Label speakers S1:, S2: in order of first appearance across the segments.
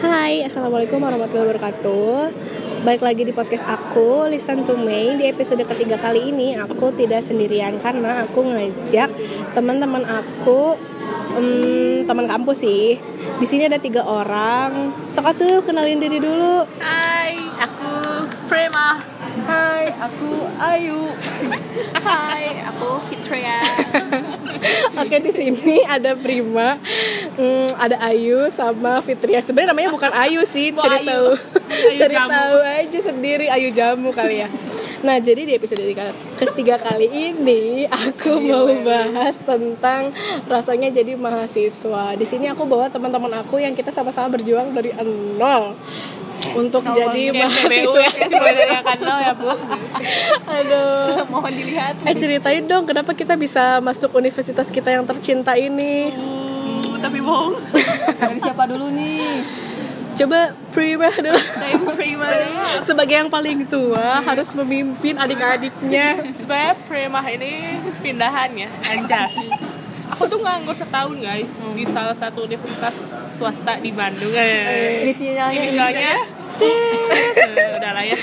S1: Hai, Assalamualaikum warahmatullahi wabarakatuh Balik lagi di podcast aku, Listen to May Di episode ketiga kali ini, aku tidak sendirian Karena aku ngajak teman-teman aku em, Teman kampus sih Di sini ada tiga orang Sok tuh kenalin diri dulu
S2: Hai, aku Prema. Hai, aku Ayu. Hai, aku Fitria.
S1: Oke di sini ada Prima, mm, ada Ayu sama Fitria. Sebenarnya namanya bukan Ayu sih,
S2: Bu
S1: cari
S2: Ayu.
S1: tahu,
S2: Ayu
S1: cari
S2: Jamu.
S1: tahu aja sendiri Ayu Jamu kali ya. Nah jadi di episode tiga- ketiga kali ini aku
S2: Iya,
S1: mau bahas tentang rasanya jadi mahasiswa. Di sini aku bawa teman-teman aku yang kita sama-sama berjuang dari nol untuk jadi mahasiswa.
S2: ya Bu.
S1: Aduh.
S2: Mohon dilihat.
S1: Eh ceritain dong kenapa kita bisa masuk universitas kita yang tercinta ini.
S2: tapi bohong.
S3: Dari siapa dulu nih?
S1: Coba Prima dulu
S2: Saya Prema dulu.
S1: sebagai yang paling tua harus memimpin adik-adiknya.
S2: Sebenarnya Prema ini pindahan ya, anjas. Aku tuh nganggur setahun guys
S1: Hmm.
S2: di salah satu universitas swasta di Bandung. Eh.
S3: Inisialnya
S2: Inisialnya Eh, udah lah ya.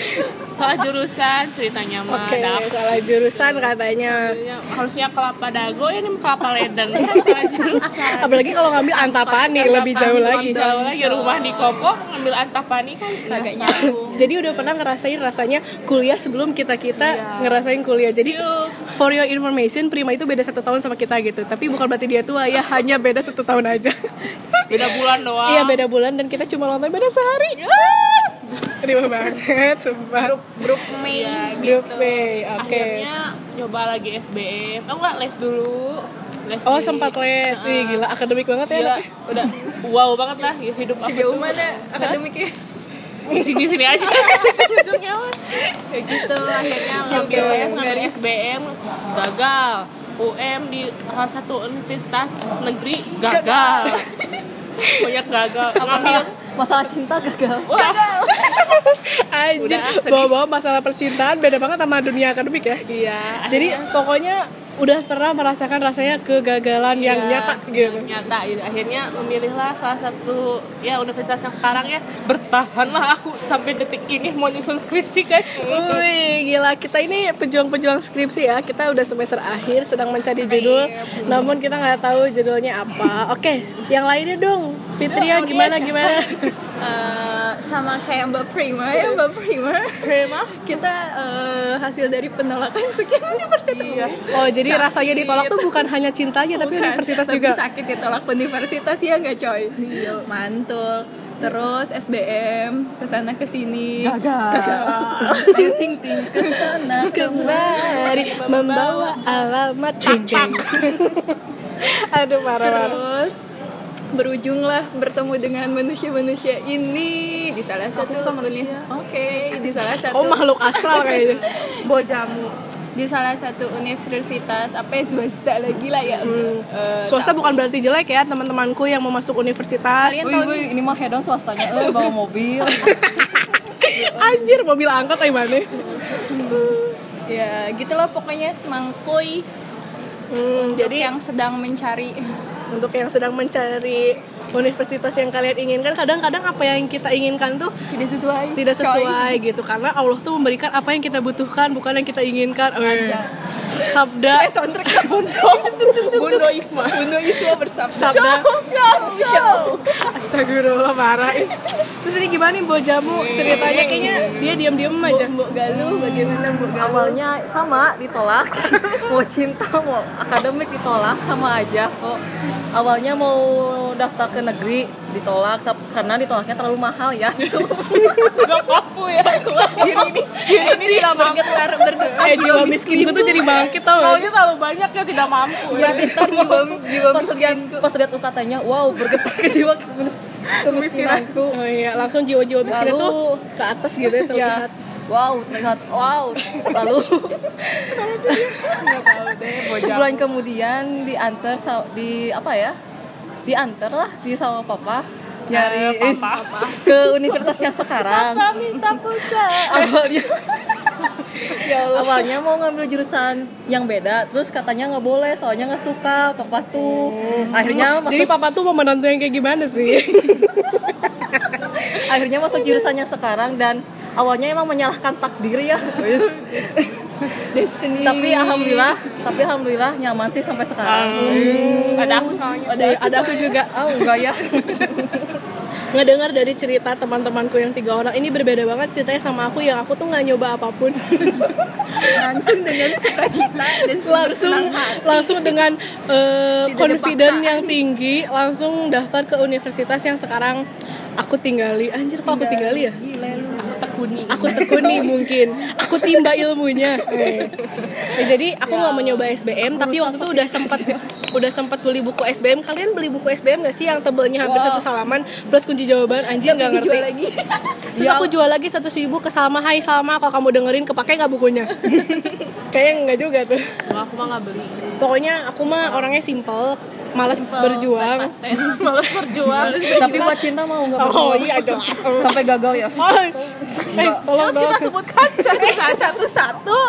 S2: Salah jurusan ceritanya mah
S1: Oke,
S2: Dak.
S1: salah jurusan katanya.
S2: Ya, harusnya kelapa dago ya, ini kelapa leden kan salah jurusan
S1: Apalagi kalau ngambil antapani lebih jauh lagi.
S2: jauh lagi rumah di Kopo ngambil antapani kan
S3: agak nyambung.
S1: Jadi udah pernah ngerasain rasanya kuliah sebelum kita kita
S2: Iya.
S1: ngerasain kuliah. Jadi
S2: Yuk.
S1: for your information, Prima itu beda satu tahun sama kita gitu. Tapi bukan berarti dia tua ya, hanya beda satu tahun aja.
S2: beda bulan doang
S1: Iya beda bulan dan kita cuma lontar beda sehari.
S2: Iya.
S1: Terima banget, sumpah. Grup, grup
S2: Mei
S3: Iya.
S1: Mei, oke.
S2: gitu. akhirnya nyoba lagi SBM tau nggak les dulu les
S1: Oh
S2: di-
S1: sempat les, Ih, gila akademik banget ya.
S2: Ah. Gila,
S1: anaknya.
S2: udah wow banget lah hidup aku
S3: Sejauh mana akademiknya?
S2: di sini sini aja ujungnya mah kayak gitu akhirnya ngambil
S1: Oke,
S2: les ngambil SBM gagal UM di salah satu universitas negeri gagal banyak gagal ngambil
S3: Masalah, masalah cinta gagal.
S2: wah
S1: Anjir,
S2: Udah, ah, sedih.
S1: bawa-bawa masalah percintaan beda banget sama dunia akademik ya.
S2: iya
S1: Jadi pokoknya udah pernah merasakan rasanya kegagalan yang
S2: Iya,
S1: nyata gitu.
S2: nyata gitu. akhirnya memilihlah salah satu ya universitas yang sekarang ya bertahanlah aku sampai detik ini mau nyusun skripsi guys
S1: Wih, gila kita ini pejuang-pejuang skripsi ya. Kita udah semester akhir sedang mencari judul, namun kita nggak tahu judulnya apa. Oke, yang lainnya dong. Fitria
S2: ya.
S1: gimana gimana?
S3: Eh, sama kayak Mbak Prima ya Mbak Prima.
S2: Prima
S3: Kita eh, hasil dari penolakan sekian universitas.
S2: iya
S1: Oh, jadi rasanya ditolak tuh bukan hanya cintanya tapi
S3: Bukan,
S1: universitas
S3: tapi
S1: juga.
S3: Kan sakit ditolak universitas ya nggak coy. Iya, mantul. Terus SBM kesana kesini gagal. Ting ting ting kesana
S1: kembali membawa alamat cincin. Aduh marah-marah.
S3: Terus berujunglah bertemu dengan manusia-manusia ini di salah satu uni- Oke, di salah satu
S1: Oh makhluk astral kayaknya.
S3: bojamu. Di salah satu universitas apa ya, swasta lagi lah ya.
S4: Hmm.
S3: Eh,
S1: Swasta bukan berarti jelek ya teman-temanku yang mau masuk universitas.
S3: Kalian tahu nih,
S4: ini mah hedon swastanya eh bawa mobil
S1: Anjir mobil angkot ay mana?
S3: ya gitulah pokoknya semangkui
S1: Hmm,
S3: jadi
S1: jadi
S3: yang sedang mencari
S1: untuk yang sedang mencari universitas yang kalian inginkan, kadang-kadang apa yang kita inginkan tuh
S3: tidak sesuai.
S1: tidak
S3: coy.
S1: sesuai gitu karena Allah tuh memberikan apa yang kita butuhkan bukan yang kita inginkan. Eh, Sabda
S3: Eh soundtracknya Bundo. Bundo Isma. Bundo Isma bersama.
S1: Sabda. Oh,
S3: Show, show, show.
S1: Astagfirullah marah ih. Terus ini gimana nih bojamu ceritanya kayaknya dia diam-diam aja.
S3: Mbok Galuh bagaimana Mbok Galuh?
S4: awalnya sama ditolak mau cinta mau akademik ditolak sama aja kok awalnya mau daftar ke negeri ditolak tap- karena ditolaknya terlalu mahal ya
S2: gak mampu ya diri ini diri ini tidak mampu
S3: bergetar bergetar
S1: Eh jiwa miskinku tuh jadi bangkit tau gak sih?
S2: Maunya terlalu banyak ya tidak mampu ya.
S4: bergetar jiwa jiwa pas lihat pas lihat UKT-nya wow bergetar ke jiwa kemis- kemiskinanku
S1: Oh iya, langsung jiwa-jiwa miskin
S4: Lalu-
S1: itu ke atas gitu ya terlihat.
S4: ya
S3: Iya.
S4: wow terlihat wow lalu sebulan kemudian diantar sa- di apa ya diantar lah di sama papa nyari
S2: Eh, papa.
S4: ke universitas yang sekarang
S2: minta pulsa Ya
S4: awalnya awalnya mau ngambil jurusan yang beda terus katanya nggak boleh soalnya nggak suka papa
S2: Oh.
S4: tuh akhirnya
S1: Jadi
S4: masuk
S1: papa tuh mau menantu yang kayak gimana sih?
S4: akhirnya masuk jurusannya sekarang dan awalnya emang menyalahkan takdir ya
S3: Destiny.
S4: tapi alhamdulillah tapi alhamdulillah nyaman sih sampai sekarang
S2: ada aku soalnya
S4: ada ada aku juga oh enggak ya
S1: ngedengar dari cerita teman-temanku yang tiga orang ini berbeda banget ceritanya sama aku yang aku tuh nggak nyoba apapun
S3: langsung dengan sukacita dan
S1: langsung
S3: senang hati.
S1: langsung dengan eh,
S3: Tidak
S1: confident
S3: dipaksa.
S1: yang tinggi langsung daftar ke universitas yang sekarang aku tinggali anjir kok aku tinggali ya
S3: Gila lu.
S2: aku tekuni
S1: aku tekuni mungkin aku timba ilmunya Eh. Nah, jadi aku nggak
S3: Ya
S1: mau nyoba SBM tapi waktu itu udah sempat udah sempat beli buku SBM kalian beli buku SBM gak sih yang tebelnya hampir satu salaman plus kunci jawaban anjir nggak ngerti
S3: Jual lagi.
S1: Terus
S2: Ya
S1: aku jual lagi satu ribu ke Salma Hai Salma kalau kamu dengerin kepake nggak bukunya Kayaknya nggak juga tuh
S2: Wah, aku mah nggak beli
S1: Pokoknya aku mah orangnya simple Males berjuang
S2: Pasten. malas berjuang
S4: tapi buat cinta mau nggak
S1: Oh iya jelas
S4: sampai gagal ya
S1: Oh, sh- eh, tolong
S2: terus kita
S1: dong
S2: sebutkan
S3: Satu-satu.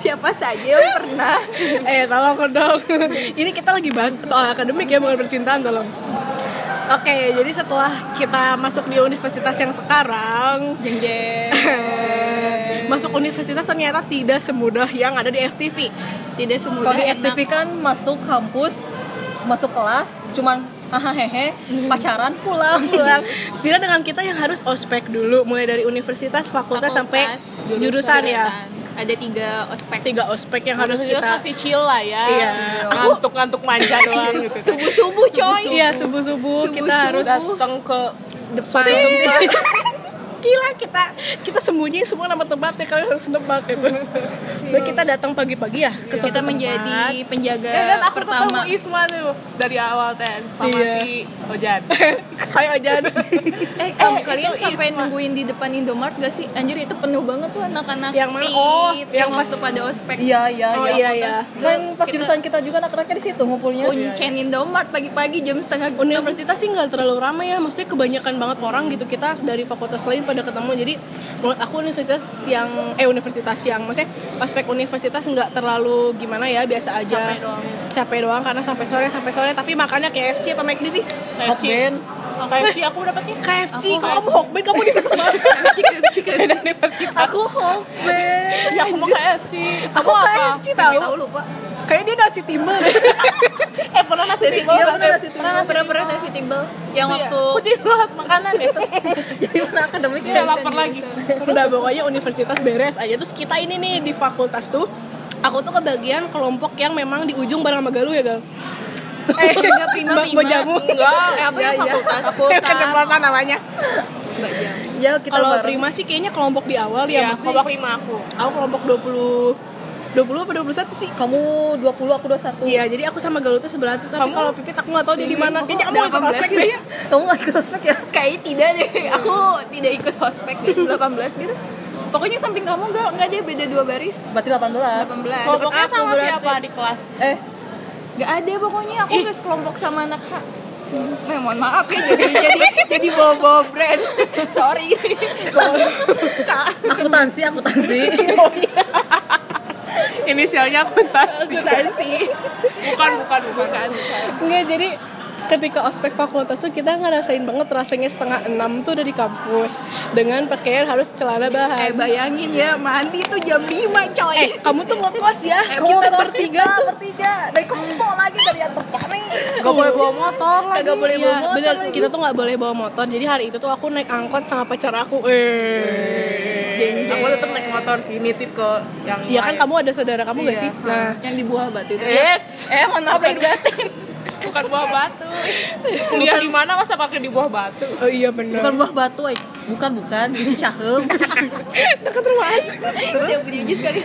S3: Siapa saja yang pernah
S1: Eh tolong dong Ini kita lagi bahas soal akademik ya bukan percintaan tolong Oke, jadi setelah kita masuk di universitas yang sekarang,
S3: jeng jeng.
S1: masuk universitas ternyata tidak semudah yang ada di FTV.
S3: Tidak semudah
S4: kalau di
S3: enak.
S4: FTV kan masuk kampus masuk kelas cuman hahaha hehe pacaran pulang
S1: pulang tidak dengan kita yang harus ospek dulu mulai dari universitas fakultas, sampai jurusan, ya
S3: Ada tiga ospek.
S1: tiga ospek yang harus
S2: Terus
S1: kita
S2: masih chill lah ya
S1: Iya.
S2: ngantuk-ngantuk manja doang gitu kan
S3: Subuh-subuh coy.
S1: iya subuh subuh kita
S3: Subuh-subuh.
S1: harus
S2: datang ke
S1: depan tempat gila kita kita sembunyi semua nama tempatnya kalian harus nebak gitu Baik kita datang pagi-pagi ya ke suatu
S3: Kita
S1: tempat.
S3: menjadi penjaga
S2: Eh, dan aku ketemu
S3: pertama.
S2: Isma tuh dari awal ten sama
S1: Iya.
S2: si Ojan
S1: Hai Ojan
S3: Eh, kamu kalian
S2: itu
S3: sampai
S2: Isma.
S3: nungguin di depan Indomart gak sih? Anjir itu penuh banget tuh anak-anak.
S1: Yang mana?
S3: tit,
S1: Oh,
S3: yang,
S1: yang pas-
S3: masuk pada ospek.
S4: iya iya
S1: oh
S4: iya
S1: iya ya
S4: kan pas
S3: Kita-
S4: jurusan kita juga anak-anaknya di situ ngumpulnya
S3: Kuncen Indomart pagi-pagi jam setengah
S1: Universitas sih nggak terlalu ramai ya, maksudnya kebanyakan banget orang gitu kita dari fakultas lain pada ketemu. Jadi menurut aku universitas yang eh universitas yang maksudnya aspek universitas nggak terlalu gimana ya biasa aja.
S2: Capek doang.
S1: Capek doang karena sampai sore sampai sore tapi makannya KFC apa McD sih?
S4: Hot band
S2: KFC aku dapetnya
S1: KFC, kalau kamu hokben kamu di
S4: aku hot band
S2: ya aku mau KFC
S1: Kamu
S2: apa?
S1: KFC
S3: Tahu
S1: tahu?
S3: lupa.
S1: Kayaknya dia nasi timbel.
S2: eh pernah nasi
S3: Nasi
S2: timbel
S3: timbel,
S2: nggak sih? pernah
S3: Iya,
S2: nasi
S3: pernah pernah nasi timbel yang
S4: Iya.
S3: waktu
S2: aku jadi bahas makanan deh
S4: jadi anak Iya, nah, akademiknya
S1: iya,
S2: udah lapar lagi
S1: Udah pokoknya universitas beres aja terus kita ini nih di fakultas tuh aku tuh kebagian kelompok yang memang di ujung bareng sama Galuh ya Gal. Eh,
S3: Nggak, Prima,
S1: Mbak- Mbak
S3: Prima.
S1: Jamu.
S2: enggak eh,
S1: Iya,
S2: apa ya fakultas
S1: Keceplosan namanya.
S4: ya kita
S1: Kalau
S4: bareng.
S1: Prima sih kayaknya kelompok di awal ya,
S2: ya
S1: maksudnya
S2: kelompok lima aku
S1: aku kelompok 20 20 apa 21 sih?
S4: kamu 20 aku 21
S1: Iya, jadi aku sama Galuh tuh sebelah tuh, tapi kalau Pipit aku nggak tahu dia di mana. Kayaknya Iya, kamu ikut ospek deh.
S4: kamu nggak ikut ospek ya
S3: kayak tidak deh aku tidak ikut ospek deh, 18 gitu pokoknya samping kamu gak nggak ada beda dua baris
S4: berarti 18
S3: 18
S2: kelompoknya
S1: aku
S2: sama
S1: berarti.
S2: siapa di kelas
S4: eh
S3: nggak ada pokoknya aku gak sekelompok sama anak H Nah, mohon maaf ya jadi jadi jadi bawa bawa brand sorry
S4: aku tansi aku tansi
S2: inisialnya akuntansi bukan bukan bukan
S1: Enggak, jadi ketika ospek fakultas tuh kita ngerasain banget rasanya setengah enam tuh udah di kampus dengan pakaian harus celana
S3: eh
S1: bahan.
S3: bayangin ya mandi tuh jam 5 coy
S1: Eh, kamu tuh ngekos ya?
S4: kita
S1: kita bertiga tuh
S4: bertiga dari kompok lagi dari antar paling
S2: gak boleh bawa motor lagi
S1: kagak boleh bawa
S2: Iya,
S1: motor.
S2: bener.
S1: Bener, kita tuh nggak boleh bawa motor. Jadi hari itu tuh aku naik angkot sama pacar aku. Eh.
S2: aku tetap naik motor sih nitip ke yang
S1: Iya kan
S2: lain.
S1: kamu ada saudara kamu nggak sih? Nah,
S3: yang di buah batu itu
S2: Yes,
S1: eh mohon maaf yang batin.
S2: bukan buah batu. Kuliah di mana masa pakai di buah batu?
S1: Oh iya
S4: bukan
S1: benar.
S4: buah batu eh. bukan bukan biji cahem
S3: setiap gigi sekali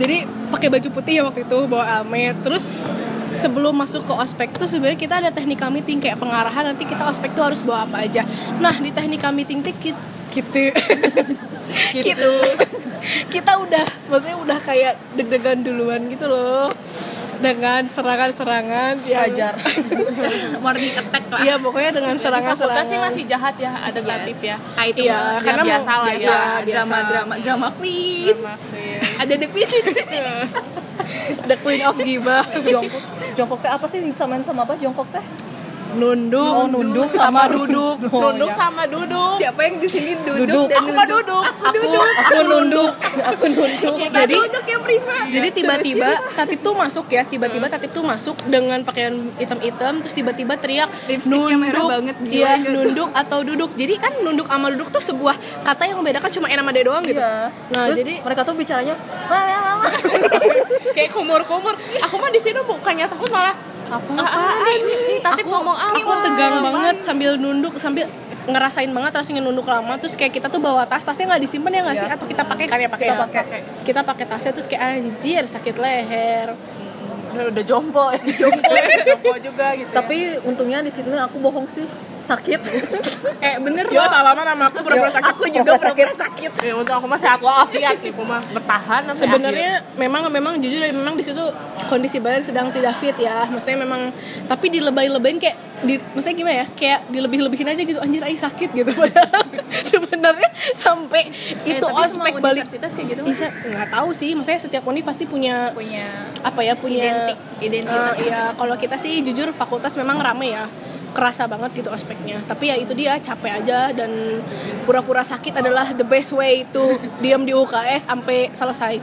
S1: Jadi pakai baju putih ya waktu itu bawa almet. Terus sebelum masuk ke ospek tuh sebenarnya kita ada teknika meeting kayak pengarahan nanti kita ospek tuh harus bawa apa aja. Nah di teknika meeting tuh kita
S4: gitu
S1: kita udah maksudnya udah kayak deg-degan duluan gitu loh dengan serangan-serangan ya. yang-
S4: ajar
S3: warni ketek lah
S1: Iya pokoknya dengan
S2: Fakultas sih
S1: serangan-serangan.
S2: masih jahat ya, ada gratis ya.
S3: Ah, itu
S1: Iya,
S3: mah
S1: karena mau-
S2: biasa lah
S1: biasa, iya,
S2: ya.
S1: biasa.
S3: drama drama drama queen ada the queen di sini
S1: The Queen of Gibah.
S3: Eh,
S4: jongkok jongkok teh apa sih disamain sama apa jongkok teh
S2: nunduk
S4: Oh, nunduk sama duduk. Oh,
S2: nunduk
S4: ya.
S2: sama duduk
S3: Siapa yang di sini duduk,
S4: Duduk.
S3: dan
S2: aku mah duduk
S4: aku aku nunduk aku nunduk
S3: Kita
S1: Jadi-
S3: duduk ya prima.
S1: Jadi tiba-tiba Tatip tuh masuk ya, tiba-tiba Tatip tuh masuk dengan pakaian hitam-hitam terus tiba-tiba teriak
S3: Lipstiknya merah banget, gila
S1: Iya,
S3: gitu.
S1: nunduk atau duduk. Jadi kan nunduk sama duduk tuh sebuah kata yang membedakan cuma enak sama D doang gitu.
S4: Iya.
S1: Nah,
S4: Terus
S1: jadi
S4: mereka tuh bicaranya lama lama.
S2: kayak kumur-kumur aku mah di sini bukannya takut malah apa "Ah, ini tapi ngomong apa
S1: aku tegang banget sambil nunduk sambil ngerasain banget rasanya nunduk lama terus kayak kita tuh bawa tas tasnya nggak disimpan ya nggak sih atau kita pakai kan ya pakai
S4: Kita
S1: ya?
S4: pakai.
S1: kita pakai tasnya terus kayak anjir sakit leher
S2: udah jompo ya jompo jompo juga gitu ya.
S4: Tapi untungnya di sini aku bohong sih sakit.
S1: eh bener yo salaman sama aku pura-pura sakit
S4: aku juga sakit sakit.
S2: Ya, untung aku masih aku afiat gitu mah bertahan sampai
S1: sebenarnya memang memang jujur ya, memang di situ kondisi badan sedang tidak fit ya maksudnya memang tapi dilebay-lebayin kayak di maksudnya gimana ya kayak dilebih-lebihin aja gitu anjir ai sakit gitu padahal sebenarnya sampai
S3: Eh,
S1: itu
S3: tapi semua
S1: ospek balik
S3: universitas kayak gitu.
S1: Isya Iya, nggak tahu sih maksudnya setiap univ pasti punya
S3: Punya
S1: apa ya punya
S3: Identik- identitas
S1: Eh, iya kalau kita sih jujur fakultas memang rame ya kerasa banget gitu ospeknya tapi ya itu dia capek aja dan pura-pura sakit adalah the best way to diam di UKS sampai selesai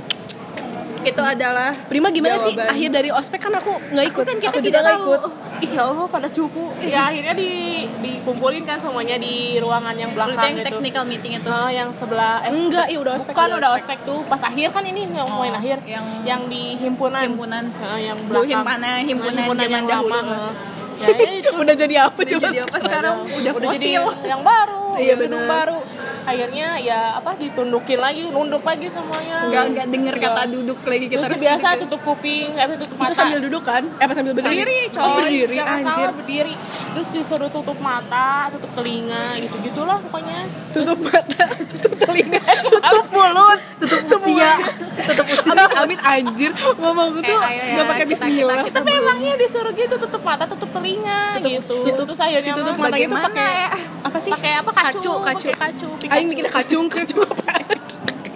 S3: itu adalah
S1: Prima gimana sih
S3: Jawaban.
S1: akhir dari ospek kan aku nggak ikut
S2: kan kita
S4: Aku
S2: tidak
S4: juga nggak
S2: tahu
S4: ikut.
S2: ih ya Allah pada cupu ya akhirnya di dikumpulin kan semuanya di ruangan
S5: Dulu
S2: yang
S5: tuh
S2: belakang
S5: yang
S2: gitu
S5: technical meeting itu.
S2: Eh, yang sebelah eh,
S1: enggak iya udah ospek
S2: bukan udah ospek tuh pas akhir kan ini ngomongin
S5: Oh,
S2: akhir yang,
S5: yang-
S2: di himpunan
S5: Himpunan.
S2: Eh, yang
S3: dulu
S2: belakang
S3: himpunan himpunan
S2: himpunan
S3: zaman
S2: yang
S3: dahulu.
S2: lama, eh. ya itu
S1: udah jadi apa coba
S3: Jadi apa sekarang udah
S2: udah jadi
S3: fosil.
S2: yang baru
S3: Iya,
S2: gedung
S3: bener.
S2: baru akhirnya ya apa ditundukin lagi nunduk lagi semuanya
S3: Enggak enggak denger kata duduk lagi kita
S2: Terus
S3: harus
S2: biasa
S3: duduk.
S2: tutup kuping, eh tutup mata.
S1: itu sambil duduk kan eh apa sambil berdiri
S2: berdiri, coy.
S1: oh, berdiri
S2: Jangan
S1: anjir
S2: salah berdiri. Terus disuruh tutup mata, tutup telinga, gitu gitulah pokoknya.
S1: tutup mata tutup telinga tutup mulut tutup usia tutup usia amit, amit anjir ngomong
S3: Eh,
S1: tuh
S3: ayo ya,
S1: nggak pakai
S3: kita-
S1: bismillah
S3: kita- kita
S2: Tapi emangnya disuruh gitu tutup mata, tutup telinga gitu. Terus akhirnya
S1: si tutup
S2: mah
S1: matanya tuh gitu
S3: bagaimana
S1: pakai
S3: ya?
S1: apa sih
S2: pakai apa kacu,
S1: kacu kacu
S2: pakai kacu, Pikachu.
S1: Aing bikin kacung kacung apa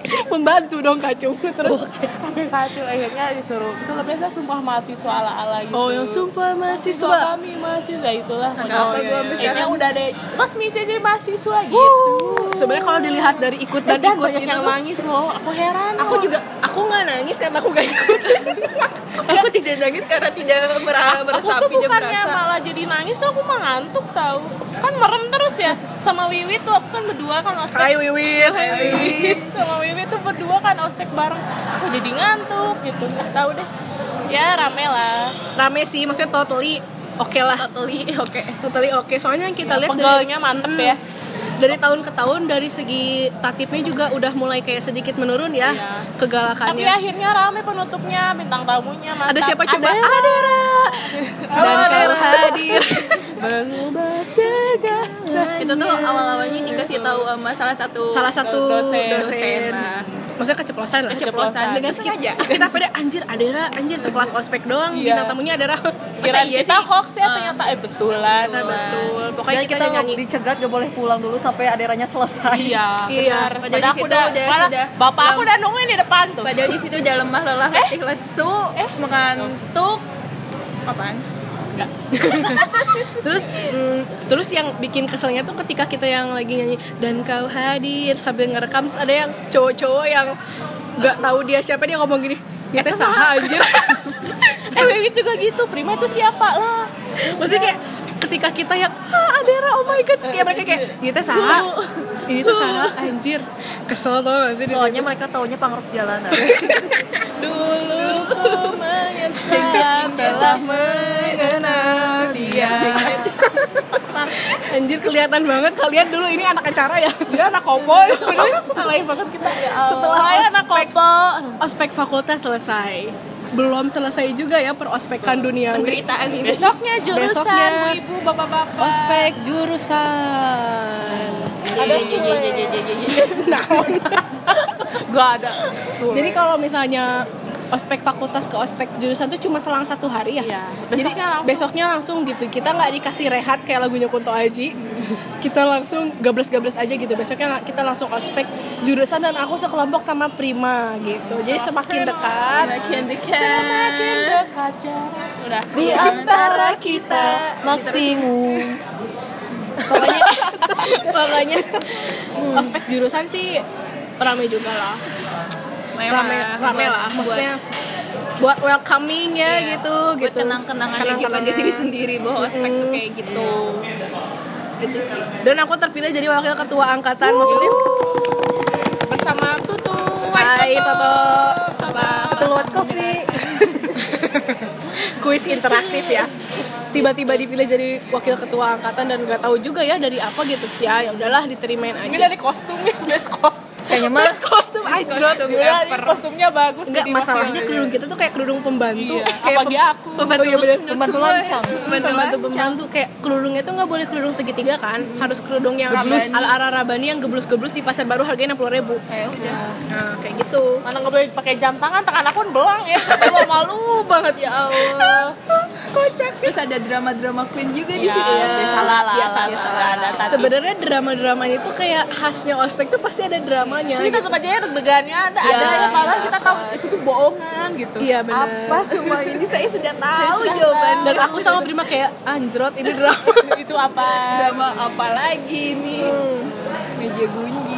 S1: membantu dong kacung terus
S2: Pakai kacu akhirnya disuruh. Itu lebih biasa sumpah mahasiswa ala-ala gitu.
S1: oh yang sumpah
S2: Sumpah
S1: mahasiswa
S2: kami mahasiswa Ya, itulah.
S1: Oh,
S3: Kagak
S1: iya,
S3: apa gua habis
S2: Kayaknya
S3: sekarang.
S2: udah deh resmi jadi mahasiswa gitu.
S1: sebenarnya kalau dilihat dari ikut dan,
S2: Dan, dan
S1: ikut
S2: banyak
S1: itu
S2: yang
S1: tuh,
S2: nangis loh, aku heran.
S1: aku juga aku nggak nangis karena aku gak ikut
S3: Aku tidak nangis karena tidak merasa
S2: aku
S3: meresapi
S2: tuh
S3: dia
S2: bukannya
S3: merasa.
S2: malah jadi nangis tuh aku mah ngantuk tau kan merem terus ya sama Wiwi tuh aku kan berdua kan ospek
S1: ayo wiwir
S2: sama Wiwi tuh berdua kan ospek bareng aku jadi ngantuk gitu nggak tahu deh ya rame lah
S1: rame sih maksudnya totally oke lah totally oke totally oke soalnya yang kita lihat dari, Hmm.
S2: pegelnya Iya, mantep ya
S1: dari tahun ke tahun dari segi tatipnya juga udah mulai kayak sedikit menurun ya
S2: Iya. tapi ya,
S1: kegalakannya
S2: akhirnya rame penutupnya bintang tamunya mantap
S1: ada siapa coba
S2: Adera.
S1: Adera dan kau hadir
S2: mengubah segala
S3: Itu tuh awal-awalnya dikasih tahu sama salah satu
S1: salah satu
S2: Dosen.
S1: dosen,
S3: Dosen lah.
S1: maksudnya keceplosan lah
S3: ceplosan dengan
S1: Terus
S3: sengaja.
S1: kita- kita pada anjir Adera anjir sekelas ospek doang
S2: Iya.
S1: bintang tamunya Adera
S2: kira
S3: iya
S2: kita
S3: sih?
S2: hoax ya ternyata eh betulan
S1: Nah, betul pokoknya
S4: Dan
S1: kita,
S4: kita
S1: nyanyi
S4: dicegat gak boleh pulang dulu sampai aderanya selesai.
S2: Iya,
S1: Iya,
S2: benar.
S3: padahal
S2: Padahal
S3: di
S2: aku
S3: situ
S2: udah,
S3: udah-
S2: malah
S3: sudah-
S2: bapak aku
S3: belum-
S2: udah nungguin di depan tuh.
S3: Padahal di situ udah lemah lelah hati lesu, eh mengantuk. Apaan?
S1: terus mm, terus yang bikin keselnya tuh ketika kita yang lagi nyanyi dan kau hadir sambil ngerekam terus ada yang cowok-cowok yang nggak tahu dia siapa dia ngomong gini ya teh saha anjir
S2: eh Wiwi juga gitu, Prima itu siapa lah?
S1: maksudnya kayak ketika kita yang ah Adera oh my god terus kayak mereka kayak ya teh saha ini teh saha anjir kesel tau gak sih
S4: Soalnya mereka taunya pangrok jalanan.
S2: Dulu ku menyesal telah mengenal dia.
S1: anjir kelihatan banget kalian dulu ini anak acara ya
S2: Dia Iya, anak kompol, alay banget kita ya. Allah.
S1: Setelah
S2: Alay anak kompol.
S1: ospek fakultas selesai belum selesai juga ya perospekan duniawi
S3: Penderitaan ini.
S2: Besoknya jurusan
S1: Besoknya.
S2: ibu bapak-bapak.
S1: ospek jurusan
S2: Ada sule. Gak ada.
S1: Jadi kalau misalnya ospek fakultas ke ospek jurusan tuh cuma selang satu hari ya.
S2: Iya.
S1: Jadi
S2: Besoknya langsung.
S1: besoknya langsung gitu. Kita nggak dikasih rehat kayak lagunya Kunto Aji. Kita langsung gabres-gabres aja gitu. Besoknya la- kita langsung ospek jurusan dan aku sekelompok sama Prima gitu. Jadi semakin dekat
S3: Semakin dekat.
S2: Semakin dekat jarak. udah
S4: di antara kita maksimum
S1: Pokoknya Hmm. ospek jurusan sih rame juga lah. Rame, rame lah. Maksudnya buat welcoming ya
S3: Iya.
S1: gitu
S3: buat
S1: gitu.
S3: kenang-kenangan lagi pada
S1: Kenang-kenangan. Hmm.
S3: diri sendiri bahwa ospek tuh kayak gitu
S1: Gitu
S3: itu sih
S1: Dan aku terpilih jadi wakil ketua angkatan maksudnya.
S2: bersama Tutu
S1: Hai Toto.
S2: Toto.
S4: lewat kopi
S1: Kuis interaktif ya. Tiba-tiba dipilih jadi wakil ketua angkatan dan nggak tahu juga ya dari apa gitu. Ya ya udahlah diterimain
S2: ini
S1: aja.
S2: dari kostumnya ya, best kostum
S4: kayaknya mah
S2: best kostum ajrot
S3: Kostum
S2: Gila, ini
S3: ever.
S2: kostumnya bagus
S1: Enggak
S2: jadi
S1: masalahnya
S2: wakil.
S1: kerudung kita tuh kayak kerudung pembantu.
S2: iya.
S1: Kayak
S2: apalagi aku
S1: pembantu oh, iya bener.
S4: pembantu lancang
S1: pembantu pembantu kayak kerudungnya tuh nggak boleh kerudung segitiga kan harus kerudung yang ala ala rabani yang geblus geblus di pasar baru harganya enam puluh ribu
S3: kayak udah
S1: nah kayak gitu
S2: mana nggak boleh pakai jam tangan tangan aku kan belang ya tapi gua malu banget ya Allah
S3: terus ada drama-drama queen juga di
S2: Ya,
S3: situ
S2: biasalah lah
S1: Biasalah.
S2: biasalah lah tapi
S1: sebenarnya drama drama itu kayak khasnya ospek tuh pasti ada dramanya
S2: ini tetap aja ya deg-degannya ada
S1: Ya,
S2: ada aja malah kita tahu itu tuh bohongan gitu
S1: iya benar
S4: semua ini saya sudah tahu
S2: sudah
S1: dan aku sama Prima kayak anjrot ini drama
S2: itu apa
S4: drama apa lagi nih meja bunyi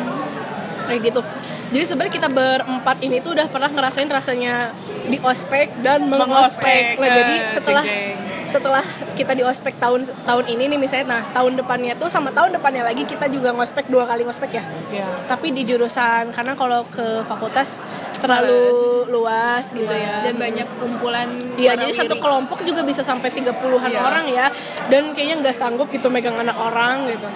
S1: kayak gitu jadi sebenarnya kita berempat ini tuh udah pernah ngerasain rasanya di ospek dan mengospek
S2: Mengospek,
S1: lah
S2: eh,
S1: jadi setelah
S2: jeng-jeng.
S1: setelah kita di ospek tahun tahun ini nih misalnya nah tahun depannya tuh sama tahun depannya lagi kita juga ngospek dua kali ngospek ya
S2: ya
S1: tapi di jurusan karena kalau ke fakultas terlalu luas gitu ya
S3: dan banyak kumpulan
S1: Iya,
S3: para
S1: jadi satu
S3: wiri.
S1: kelompok juga bisa sampai 30-an
S3: Iya.
S1: orang ya. Dan kayaknya nggak sanggup gitu megang anak orang gitu.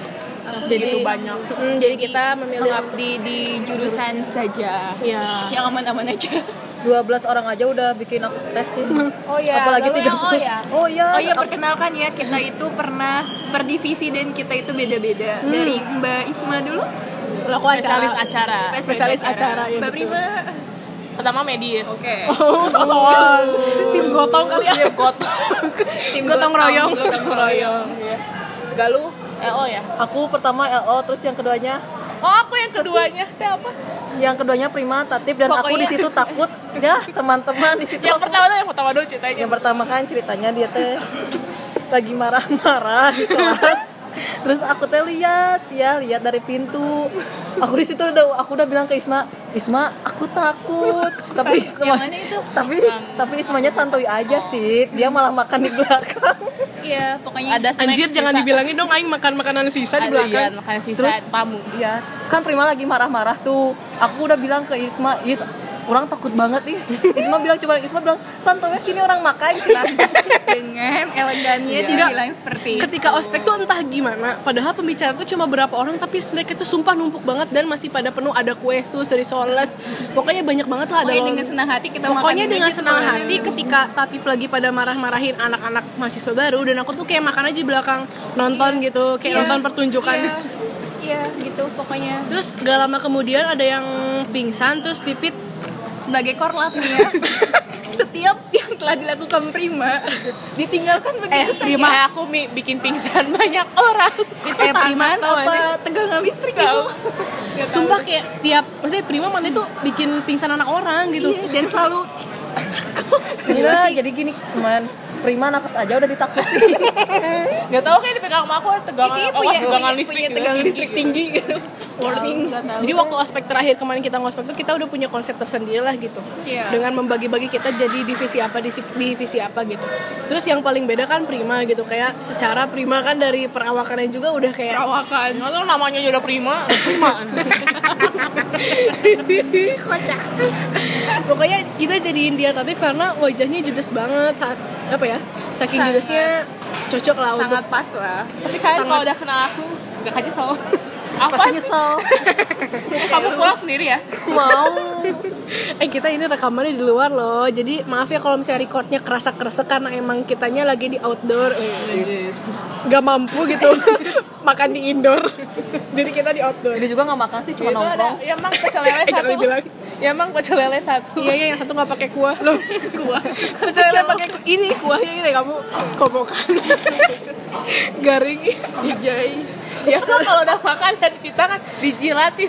S2: gitu banyak.
S1: Mm, jadi kita memilih
S3: mengabdi di jurusan saja
S1: ya.
S3: yang aman-aman aja
S4: 12 orang aja udah bikin aku stres sih
S2: oh ya
S1: iya,
S4: apalagi
S2: lalu yang-
S4: 30
S2: oh ya
S4: oh iya
S3: Oh iya perkenalkan ya kita itu pernah per divisi dan kita itu
S4: Hmm.
S3: beda-beda dari Mbak Isma dulu
S1: Aku
S2: spesialis
S1: acara.
S2: acara
S1: Spesialis acara, ya,
S3: Mbak
S1: betul.
S3: Prima
S2: pertama medis
S3: oke
S1: Oh, sosokan. Tim gotong kali ya.
S3: tim
S1: Gotong royong.
S3: gotong royong
S2: galuh LO ya
S4: aku pertama LO terus yang keduanya
S2: oh aku yang keduanya teh apa
S4: yang keduanya prima tatip dan aku
S3: Pokoknya-
S4: di situ takut ya teman-teman di situ
S2: yang
S4: aku-
S2: pertama tuh yang pertama dulu ceritanya
S4: yang pertama kan ceritanya dia teh lagi marah-marah di kelas terus aku teh lihat ya lihat dari pintu aku di situ udah aku udah bilang ke Isma Isma aku takut tapi
S3: yang
S4: Isma
S3: mana itu
S4: tapi tapi Ismanya santuy aja sih dia malah makan di belakang
S3: iya pokoknya
S2: ada snack
S1: Anjir jangan
S2: sisa.
S1: dibilangin dong aing makan makanan sisa di
S2: ada iya,
S1: belakang.
S2: makanya sisa
S4: Terus-
S2: tamu
S4: Iya, kan Prima lagi marah-marah tuh. Aku udah bilang ke Isma, Is, orang takut banget nih. Isma bilang cuma Isma bilang, santuy sini orang makan cina.
S3: dengan elegannya
S1: Enggak.
S3: dibilang seperti
S1: Ketika ospek tuh entah gimana, padahal pembicaraan tuh cuma berapa orang tapi snack itu sumpah numpuk banget dan masih pada penuh ada kue sus dari Soles. Pokoknya banyak banget lah
S2: Oh,
S1: ada
S3: Pokoknya
S2: iya,
S1: lol-
S3: dengan senang hati kita
S1: Pokoknya
S3: makanin
S1: dengan
S3: aja
S1: senang
S3: tuh.
S1: hati ketika Tatip lagi pada marah-marahin anak-anak mahasiswa baru dan aku tuh kayak makan aja di belakang nonton gitu, kayak
S3: Iya.
S1: nonton pertunjukan.
S3: Iya. Iya, gitu pokoknya
S1: Terus gak lama kemudian ada yang pingsan terus pipit
S3: sebagai korlap nih ya setiap yang telah dilakukan prima ditinggalkan
S1: eh
S3: begitu
S1: Prima
S2: Kayak Iya, aku Mi, bikin pingsan banyak Oh, orang
S3: itu
S1: eh, Prima tau gak sih?
S3: apa tegangan listrik itu
S1: Sumpah kayak tiap maksudnya Prima mana itu bikin pingsan anak orang gitu.
S3: Iya, dan selalu
S4: Gila, jadi gini, teman. Prima nafas aja udah ditakuti.
S2: Gak tau kayak dipegang sama aku ada tegangan
S3: Ini
S2: awas
S3: punya-
S2: tegangan
S3: punya-
S2: listrik
S3: punya
S2: gitu.
S3: tegangan
S4: Listrik tinggi gitu. Warning.
S1: Jadi waktu ospek terakhir kemarin kita ngospek tuh kita udah punya konsep tersendiri lah gitu.
S3: Iya.
S1: Dengan membagi-bagi kita jadi divisi apa disi- divisi apa gitu. Terus yang paling beda kan Prima gitu kayak secara Prima kan dari perawakannya juga udah kayak
S2: Perawakan. Nggak tahu namanya juga udah prima. Prima.
S1: pokoknya kita jadiin dia tapi karena wajahnya judes banget sa- apa ya saking judesnya cocok lah untuk
S3: sangat pas lah
S2: Tapi kalian kalau udah kenal aku gak aja soal apa
S4: Pasti
S2: sih?
S4: nyesel.
S2: Kamu pulang sendiri ya?
S4: Mau.
S1: eh kita ini rekamannya di luar loh jadi maaf ya kalau misalnya recordnya kerasa kerasa karena emang kitanya lagi di outdoor Eh, nggak mampu gitu makan di indoor jadi kita di outdoor
S4: Dia juga nggak makan sih, cuma
S2: Itu ada,
S4: nongkrong.
S2: ya emang pecel lele
S1: Eh, jangan
S2: satu.
S1: dibilang.
S2: Ya emang pecel lele satu.
S1: iya iya yang satu nggak pakai kuah loh kuah kecuali pakai ku- ini kuahnya ini kamu kobokan garing
S2: Jai. Ya emang kalau udah makan dari kita kan dijilatin.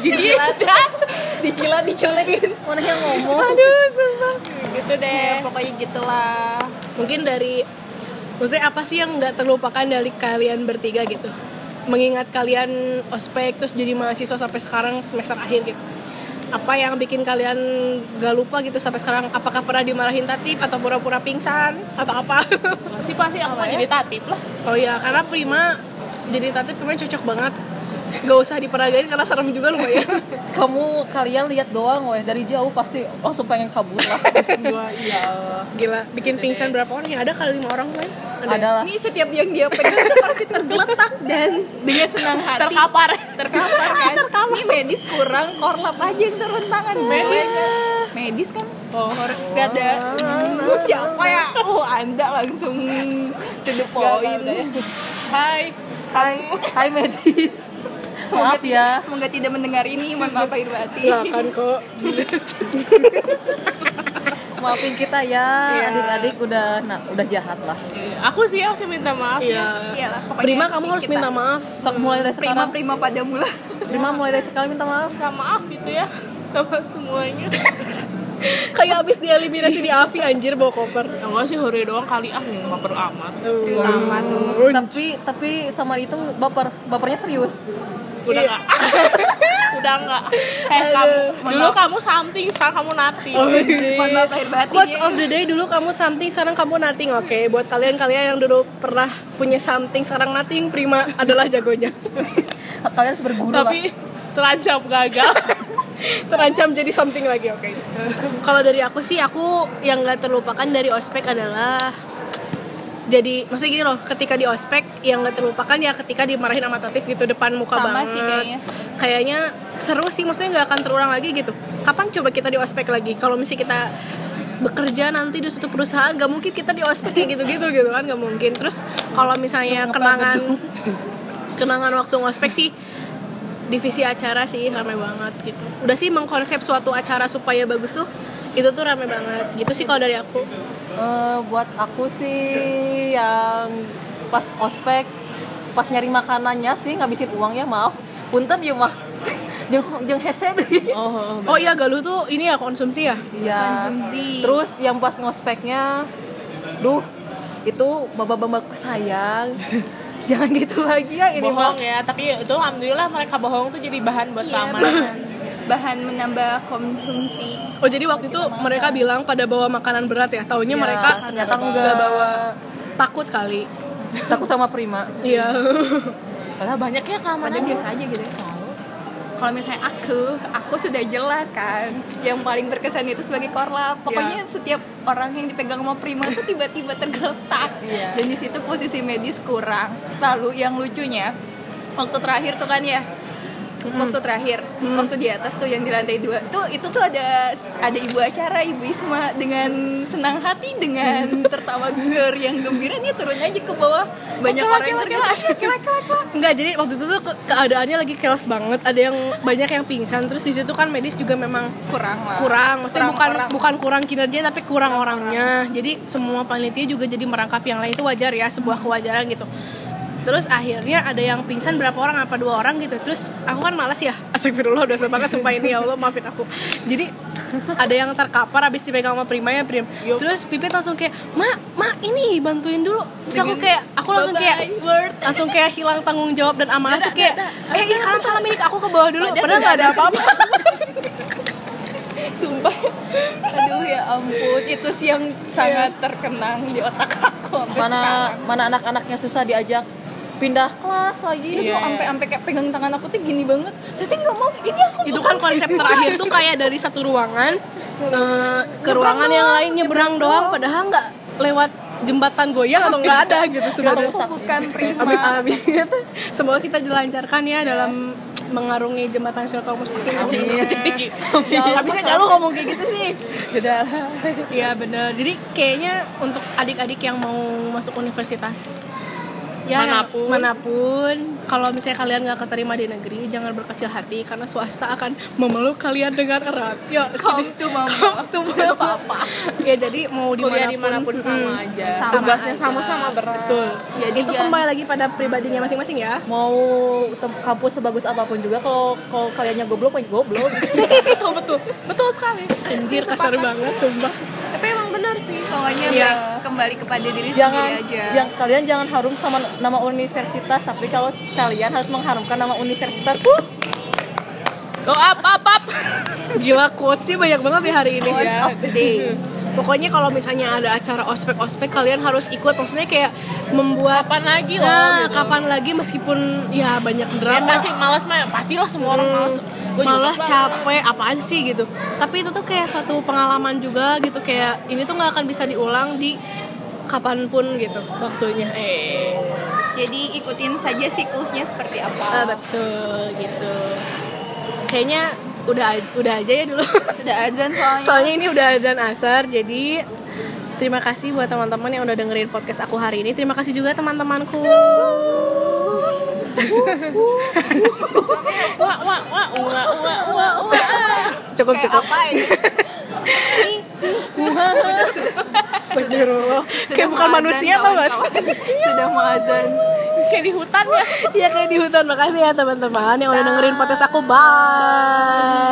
S2: Dijilatin.
S4: Dijilat, dijelekin. Mana yang ngomong?
S2: Aduh, sumpah. gitu deh
S3: ya, pokoknya gitulah
S1: mungkin dari maksudnya apa sih yang nggak terlupakan dari kalian bertiga gitu mengingat kalian ospek terus jadi mahasiswa sampai sekarang semester akhir gitu apa yang bikin kalian gak lupa gitu sampai sekarang apakah pernah dimarahin tatip atau pura-pura pingsan atau apa
S2: pasti pasti aku mah jadi tatip lah
S1: oh ya karena prima jadi tatip kemarin cocok banget gak usah diperagain karena serem juga lumayan
S4: Kamu kalian lihat doang weh dari jauh pasti langsung pengen kabur lah.
S2: gua iya
S1: gila bikin pingsan berapa orang ya ada kali lima orang kan
S4: Adalah.
S3: ini setiap yang dia pegang tuh pasti tergeletak dan dengan senang hati
S2: terkapar
S3: terkapar kan ini medis kurang korlap aja yang turun tangan medis medis kan
S2: oh
S3: gak ada "Hmm, siapa ya oh anda langsung to the point
S2: hai
S4: Hai, hai medis. Maaf ya.
S3: semoga tidak mendengar ini mohon maaf lahir batin
S1: lah kan kok
S4: Maafin kita ya.
S3: Iya.
S4: Adik-adik udah nah, udah jahat lah.
S2: aku sih aku sih minta maaf ya
S1: iya
S3: Iyalah, pokoknya
S1: prima kamu harus
S3: kita-
S1: minta maaf
S4: Sok mulai dari
S3: prima
S4: sekarang.
S3: prima pada mula
S4: Prima mulai dari sekarang minta maaf.
S2: minta maaf gitu ya sama semuanya
S1: kayak abis dieliminasi di Avi anjir bawa koper
S2: enggak sih hore doang kali ah nggak perlu amat
S1: sama
S4: Tapi tapi sama itu baper, bapernya serius.
S2: udah enggak udah enggak eh kamu dulu kamu something sekarang kamu nothing
S3: mohon
S4: Iya,
S3: maaf lahir
S1: Oh,
S3: batin
S1: iya. Quotes of the day dulu kamu something sekarang kamu nothing oke buat kalian-kalian yang dulu pernah punya something sekarang nothing prima adalah jagonya
S4: Kalian harus berguru
S2: tapi
S4: lah.
S2: terancam gagal
S1: terancam jadi something lagi oke kalau dari aku sih aku yang nggak terlupakan dari ospek adalah jadi maksudnya gini loh ketika di ospek yang nggak terlupakan ya ketika dimarahin sama tatip gitu depan muka
S3: Sama
S1: banget
S3: sih kayaknya.
S1: Kayaknya seru sih maksudnya nggak akan terulang lagi gitu kapan coba kita di ospek lagi kalau misalnya kita bekerja nanti di suatu perusahaan gak mungkin kita di ospek kayak gitu-gitu gitu kan gak mungkin terus kalau misalnya kenangan kenangan waktu ngospek sih divisi acara sih ramai banget gitu udah sih mengkonsep suatu acara supaya bagus tuh itu tuh ramai banget gitu sih kalau dari aku
S4: Eh, buat aku sih yang pas ospek pas nyari makanannya sih ngabisin uang ya maaf punten ya mah jeng jeng hese deh
S2: oh
S1: oh iya galuh tuh ini ya konsumsi ya
S4: iya
S3: Konsumsi.
S4: terus yang pas ngospeknya duh itu bapak-bapak sayang jangan gitu lagi ya ini mah
S2: bohong ya tapi itu alhamdulillah mereka bohong tuh jadi bahan buat
S3: Iya,
S2: taman
S3: bahan, bahan menambah konsumsi
S1: oh jadi waktu itu mereka bilang pada bawa makanan berat ya taunya
S4: Ya,
S1: mereka
S4: ternyata enggak.
S1: nggak bawa takut kali
S4: takut sama prima
S1: iya
S2: padahal banyak ya keamanan
S3: Padahal biasa aja gitu ya. Kalau misalnya aku, aku sudah jelas kan Yang paling berkesan itu sebagai korlap Pokoknya setiap orang yang dipegang sama prima itu tiba-tiba tergeletak
S4: Iya.
S3: Dan di situ posisi medis kurang Lalu yang lucunya Waktu terakhir tuh kan ya Waktu terakhir, waktu di atas tuh yang di lantai dua tuh itu tuh ada ada ibu acara ibu Isma dengan senang hati dengan tertawa ger yang gembira dia turun aja ke bawah banyak orang yang tergeletak
S1: Enggak, jadi waktu itu tuh ke- keadaannya lagi chaos banget. Ada yang banyak yang pingsan. Terus di situ kan medis juga memang
S3: kurang lah
S1: kurang maksudnya
S3: Kurang
S1: bukan
S3: orang.
S1: bukan kurang kinerja tapi kurang orangnya jadi semua panitia juga jadi merangkap yang lain itu wajar ya sebuah kewajaran gitu terus akhirnya ada yang pingsan berapa orang apa dua orang gitu terus aku kan malas ya astagfirullah dosa banget sumpah ini ya Allah maafin aku jadi ada yang terkapar habis dipegang sama prima ya prim terus pipit langsung kayak mak mak ini bantuin dulu terus aku kayak aku langsung kayak langsung kayak hilang tanggung jawab dan amanah tuh kayak eh ini kalian tolong ini aku ke bawah dulu padahal nggak ada apa-apa
S3: Sumpah. Aduh ya ampun, itu sih yang sangat terkenang di otak aku. sampai
S4: mana
S3: sekarang.
S4: mana anak-anaknya susah diajak pindah kelas lagi
S3: Itu sampai sampai kayak pegang tangan aku tuh gini banget. Tadi nggak mau, ini aku.
S1: itu kan konsep terakhir tuh kayak dari satu ruangan eh, ke ruangan yang lain nyebrang doang padahal nggak lewat jembatan goyang atau nggak ada gitu sebenarnya
S3: Aku bukan
S1: Amin,
S3: Prisma.
S1: amin. semoga kita dilancarkan ya dalam mengarungi jembatan Sirkul Mustaqim
S2: jadi
S1: tapi saya galau ngomong kayak gitu sih Iya bener Jadi kayaknya untuk adik-adik yang mau masuk universitas Ya,
S2: Manapun.
S1: manapun kalau misalnya kalian nggak keterima di negeri jangan berkecil hati karena swasta akan memeluk kalian dengan erat ya
S3: Come to mama.
S1: apa ya jadi mau
S2: kuliah
S1: dimanapun,
S2: dimanapun
S1: mm,
S2: sama aja
S3: Sama
S2: tugasnya
S3: aja.
S2: sama-sama Ya, berat
S1: betul
S3: Jadi
S1: itu
S3: jangan-
S1: kembali lagi pada pribadinya masing-masing ya
S4: mau tem- kampus sebagus apapun juga kalau kalau kaliannya goblok main goblok
S2: betul betul betul sekali
S1: anjir kasar banget sumpah
S2: tapi emang benar sih
S3: pokoknya
S1: Iya.
S3: balik- kembali kepada diri
S4: jangan
S3: sendiri aja
S4: jang- kalian jangan harum sama nama universitas tapi kalau kalian harus mengharumkan nama universitas Wuh,
S2: go up up up
S1: Gila quotesnya banyak banget ya hari ini
S2: Iya.
S3: of the day
S1: Pokoknya kalau misalnya ada acara ospek-ospek kalian harus ikut Maksudnya kayak membuat
S2: kapan lagi loh
S1: Nah,
S2: gitu.
S1: kapan lagi meskipun ya banyak
S2: ya
S1: drama
S2: pasti malas mah pastilah semua orang malas Gua juga
S1: malas
S2: malas.
S1: capek apaan sih gitu tapi itu tuh kayak suatu pengalaman juga gitu kayak ini tuh nggak akan bisa diulang di kapanpun gitu waktunya eh
S3: jadi ikutin saja siklusnya seperti apa
S1: Ah, betul gitu kayaknya udah udah aja ya dulu
S3: sudah azan soalnya
S1: soalnya ini udah azan asar jadi terima kasih buat teman-teman yang udah dengerin podcast aku hari ini terima kasih juga teman-temanku
S2: wah wah wah wah wah wah wah
S1: cukup cukup kayak bukan
S3: mau azan,
S1: manusia tau gak sih
S3: kawan-kawan. sudah mau azan
S2: kayak di hutan ya
S1: Iya kayak di hutan. Makasih ya teman-teman yang udah dengerin podcast aku. Bye.